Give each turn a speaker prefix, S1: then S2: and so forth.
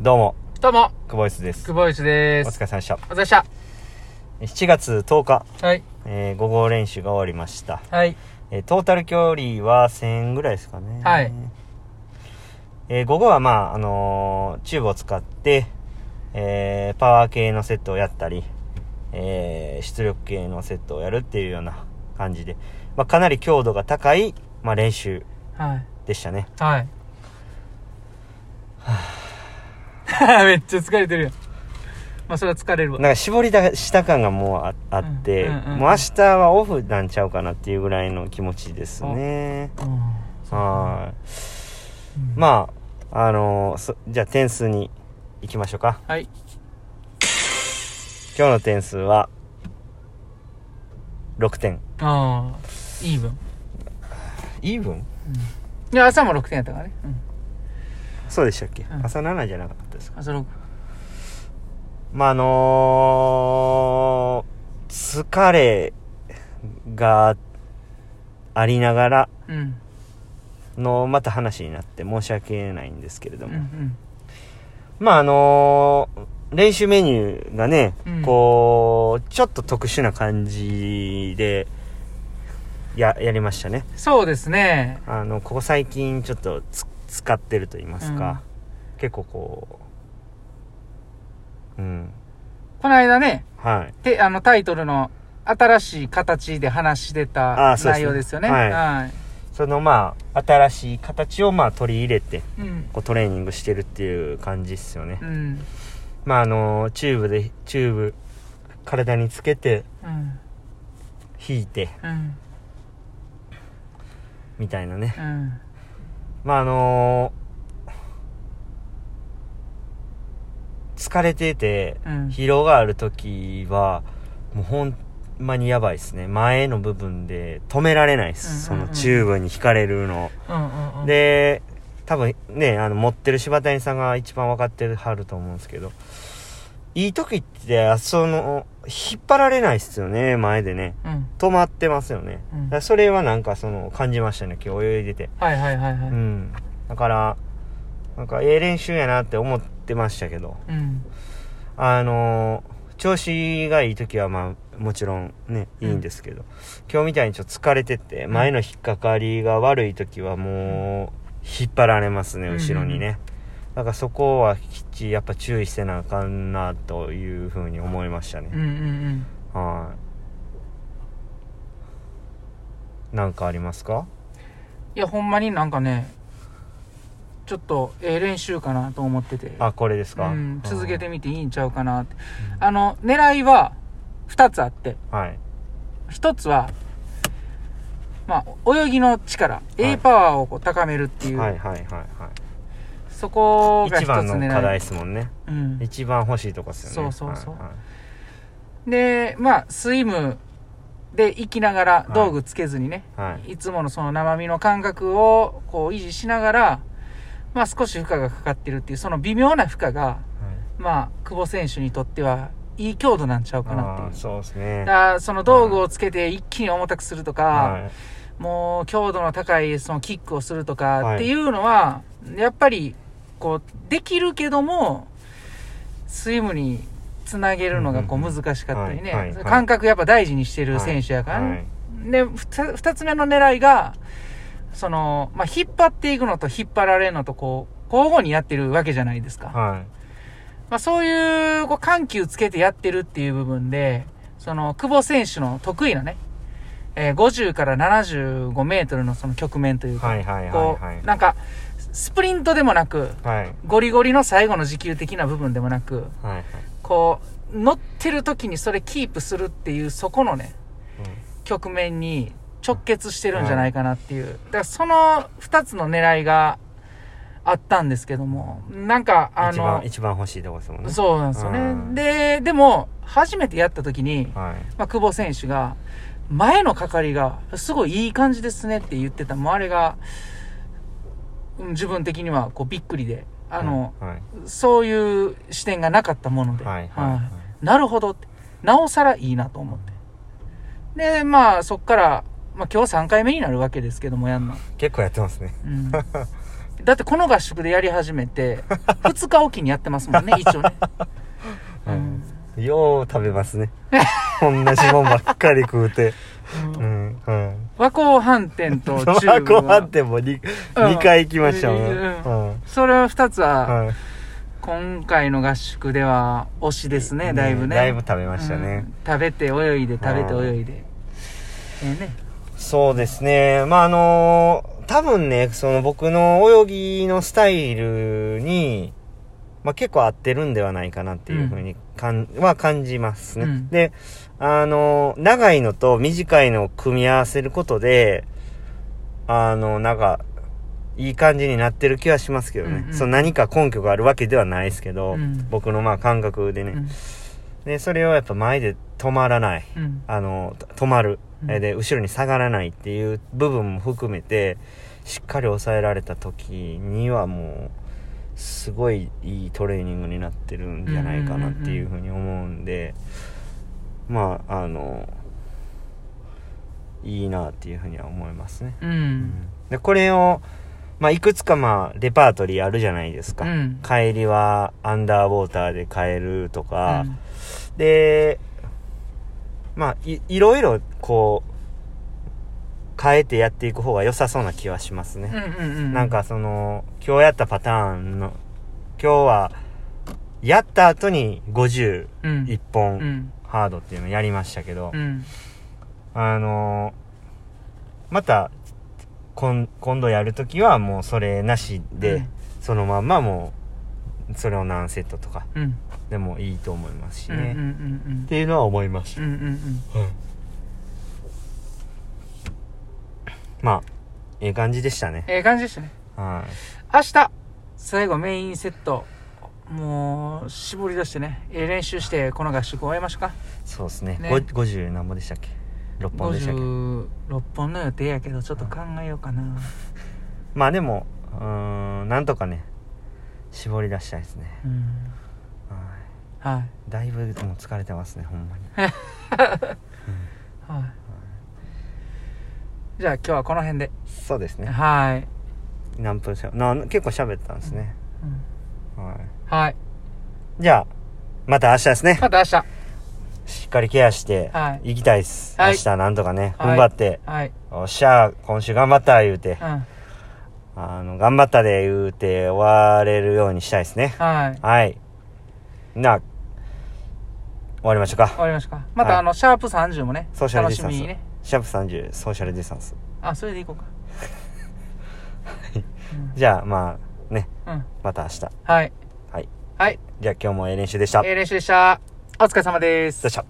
S1: どうも、
S2: どうも、
S1: 久保井です。
S2: 久保内で
S1: お
S2: す。
S1: 疲れ様でした。
S2: お疲れ様でした。
S1: 7月10日、
S2: はい。
S1: えー、午後練習が終わりました。
S2: はい。
S1: えートータル距離は1000ぐらいですかね。
S2: はい。
S1: えー午後はまあ、あのーチューブを使って、えーパワー系のセットをやったり、えー出力系のセットをやるっていうような感じで、まあ、かなり強度が高い、まあ、練習
S2: はい。
S1: でしたね。
S2: はい。はぁ めっちゃ疲れてるやん。まあ、それは疲れるわ。
S1: なんか絞り出した感がもうああって、
S2: うんうんうんうん
S1: もう明日はオフなんちゃうかなっていうぐらいの気持ちですね。はい。
S2: あ。
S1: まあ、あのーそじゃあ点数に行きましょうか。
S2: はい。
S1: 今日の点数は、6点。
S2: ああ、いい分。
S1: イーブン
S2: いや、朝も6点やったからね。うん。
S1: そうでしたっけ、
S2: うん
S1: 朝7じゃなかったですか
S2: 朝6。
S1: まあ、あのー疲れがありながら
S2: うん。
S1: の、また話になって申し訳ないんですけれ
S2: う
S1: ど
S2: ん。
S1: も
S2: う。ん。
S1: まああのー練習メニューがね、
S2: うん
S1: こう、ちょっと特殊な感じで、や、やりましたね。
S2: そうですね。
S1: あの、ここ最近ちょっとつ使ってると言いますか、結構こう、うん、
S2: この間ね、
S1: はい。
S2: てあの、タイトルの新しい形で話してた
S1: あーそうですね
S2: 内容ですよね。
S1: はい
S2: は
S1: そのまあ、新しい形をまあ取り入れて、
S2: い。うん。
S1: こうトレーニングしてるっていう感じっすよね。
S2: うん。
S1: まああのーチューブで、チューブ、体につけて、
S2: うん。
S1: 引いて、
S2: うん。
S1: みたいなね。
S2: うん。
S1: まああのー疲れてて
S2: うん。
S1: 疲労がある時はもうほんまにやばいですね前の部分で止められないです、
S2: うんうんうん
S1: そのチューブに引かれるの、
S2: うんうんうん、
S1: で多分ねあの持ってる柴谷さんが一番分かってるはると思うんですけどいい時ってその引っ張られないっすよね前でね
S2: うん、
S1: 止まってますよね、
S2: うん
S1: だからそれはなんかその感じましたね今日泳いでて
S2: はいはいはいはい、う
S1: うんん、だからなんかええ練習やなって思ってましたけどあのー調子がいい時はまあもちろんねいいんですけど、今日みたいにちょっと疲れてて前の引っかかりが悪い時はもう引っ張られますね
S2: うん
S1: 後ろにね、だからそこはきっちりやっぱ注意せなあかんなというふうに思いました
S2: うんう
S1: ね、
S2: ん
S1: はいなんかありますか
S2: いやほんまになんかねちょっとええ練習かなと思ってて
S1: あこれですか、
S2: うん、続けてみていいんちゃうかなって、あの狙いは2つあって
S1: はい
S2: 1つはまあ泳ぎの力 A パワーをこう高めるっていう、
S1: はいはいはいはい
S2: そこが
S1: 一
S2: 1
S1: 番
S2: つ
S1: の
S2: 狙い
S1: 課題ですもんね
S2: うん、
S1: 一番欲しいとこっすよね
S2: そうそうそう
S1: はいはい
S2: でまあスイムで行きながら道具つけずにね、
S1: はい
S2: い、つものその生身の感覚をこう維持しながら、まあ、少し負荷がかかってるっていうその微妙な負荷が、まあ、久保選手にとってはいい強度なんちゃうかな
S1: あ
S2: っ
S1: ー
S2: ていう。
S1: そうですね
S2: だからその道具をつけて一気に重たくするとか、
S1: は
S2: もう強度の高いそのキックをすると
S1: はい
S2: かっていうのは、やっぱりこうできるけどもスイムにつなげるのがこう
S1: うんうんう
S2: 難しかったりね、
S1: はいはいはい
S2: 感覚やっぱ大事にして
S1: い
S2: る選手やからね、
S1: はい
S2: でふた二つ目の狙いがその、まあ、引っ張っていくのと引っ張られるのとこう交互にやってるわけじゃないですか、
S1: はい
S2: まあ、そういうこう緩急つけてやってるっていう部分でその久保選手の得意なね、えー50から75メートルのその局面というか、
S1: はいはいはい
S2: こう、
S1: はい
S2: なんかスプリントでもなく
S1: はい
S2: ゴリゴリの最後の持久的な部分でもなく
S1: はいはい
S2: こう乗ってる時にそれキープするっていうそこのね局面に直結してるんじゃないかなっていう、だからその2つの狙いがあったんですけどもなんか
S1: うん
S2: あ
S1: 一番
S2: の
S1: 一番欲しいとこっすもんね
S2: そうなんですよね、
S1: うん
S2: ででも初めてやった時に、
S1: はい
S2: まあ、久保選手が前の係がすごいいい感じですねって言ってたもうあれがうん自分的にはこうびっくりであの、
S1: はい
S2: そういう視点がなかったもので、
S1: はいは
S2: なるほどって。なおさらいいなと思って。で、まあ、そっから、まあ今日3回目になるわけですけども、やんの。
S1: い結構やってますね
S2: うん。だってこの合宿でやり始めて、2日おきにやってますも んね、一応ね。うん
S1: よう食べますね同じもんばっかり食うてうんうん
S2: 和光飯店と 中
S1: 和光
S2: 部
S1: 飯
S2: は
S1: 店も 2, 二回行きましたもん、
S2: う
S1: うんん
S2: それは2つは、
S1: はい
S2: 今回の合宿では推しですね、だいぶね。
S1: だいぶ食べましたね、
S2: うん食べて泳いで食べて
S1: うん
S2: 泳いでええね
S1: そうですねまああのー多分ねその僕の泳ぎのスタイルに、まあ、結構合ってるんではないかなっていうふうにかん、は感じますね、
S2: うん
S1: であのー長いのと短いのを組み合わせることであのなんかいい感じになってる気はしますけどね、
S2: うんうん
S1: その何か根拠があるわけではないですけど、
S2: うん
S1: 僕のまあ感覚でね、
S2: うん
S1: でそれをやっぱ前で止まらない
S2: うん
S1: あのと止まる、
S2: うん
S1: えーで後ろに下がらないっていう部分も含めてしっかり抑えられた時にはもうすごいいいトレーニングになってるんじゃないかなっていうふうに思うんで、まああのいいなっていうふうには思いますね。
S2: う
S1: うん
S2: ん
S1: でこれを、まあ、いくつかまあレパートリーあるじゃないですか。
S2: うん
S1: 帰りはアンダーウォーターで帰るとか、でまあいいろいろこう変えてやっていく方が良さそうな気はします
S2: うん
S1: ね、
S2: うんうん
S1: なんかその今日やったパターンの今日はやった後に50
S2: うん
S1: 一
S2: う
S1: 本
S2: ん
S1: ハードっていうのやりましたけど、
S2: うん
S1: あのまた今今度やるときはもうそれなしで、そのまんまもうそれを何セットとか
S2: うん
S1: でもいいと思いますし
S2: う
S1: ね、
S2: んうんうん
S1: っていうのは思いまし
S2: うんう
S1: た、
S2: んうん
S1: まあええ感じでしたね
S2: ええ感じでしたね
S1: はい
S2: 明日最後メインセットもう絞り出してねええ練習してこの合宿終えましょうか
S1: そうですね
S2: ね
S1: ご50何本でしたっけ6本でしたっけ
S2: 56本の予定やけどちょっと考えようかな
S1: まあでもうーんなんとかね絞り出したいですね
S2: うん
S1: は
S2: はい
S1: いだいぶもう疲れてますねほんまに
S2: はい。じゃあ今日はこの辺で。
S1: そうですね
S2: はい。
S1: 何分しゃな結構喋ったんですね、は
S2: はい。
S1: い、じゃあまた明日ですね
S2: また明日。
S1: しっかりケアして
S2: はい
S1: 行きたいです、
S2: はい
S1: 明日なんとかね
S2: はい
S1: 踏ん張って、
S2: はい。
S1: おっしゃ今週頑張った言うて
S2: うん。はい。
S1: あの、頑張ったで言うて終われるようにしたいですね。
S2: 終
S1: はい。な、終わりましょうか。
S2: わりましたか。ま
S1: は
S2: た
S1: い
S2: あの、シャープ30もね、
S1: ソーシャルディス
S2: 楽し
S1: タン
S2: み
S1: ス
S2: にね。
S1: シャープ30、ソーシャルディスタンス。
S2: あ、それでいこうか。
S1: じゃあ、まあ、ね、
S2: うん。
S1: また明日。
S2: はい。
S1: はい。
S2: はい。
S1: じゃあ今日もええ練習でした。
S2: え
S1: よ
S2: ー練習でした。お疲れ様です
S1: っ。しゃ。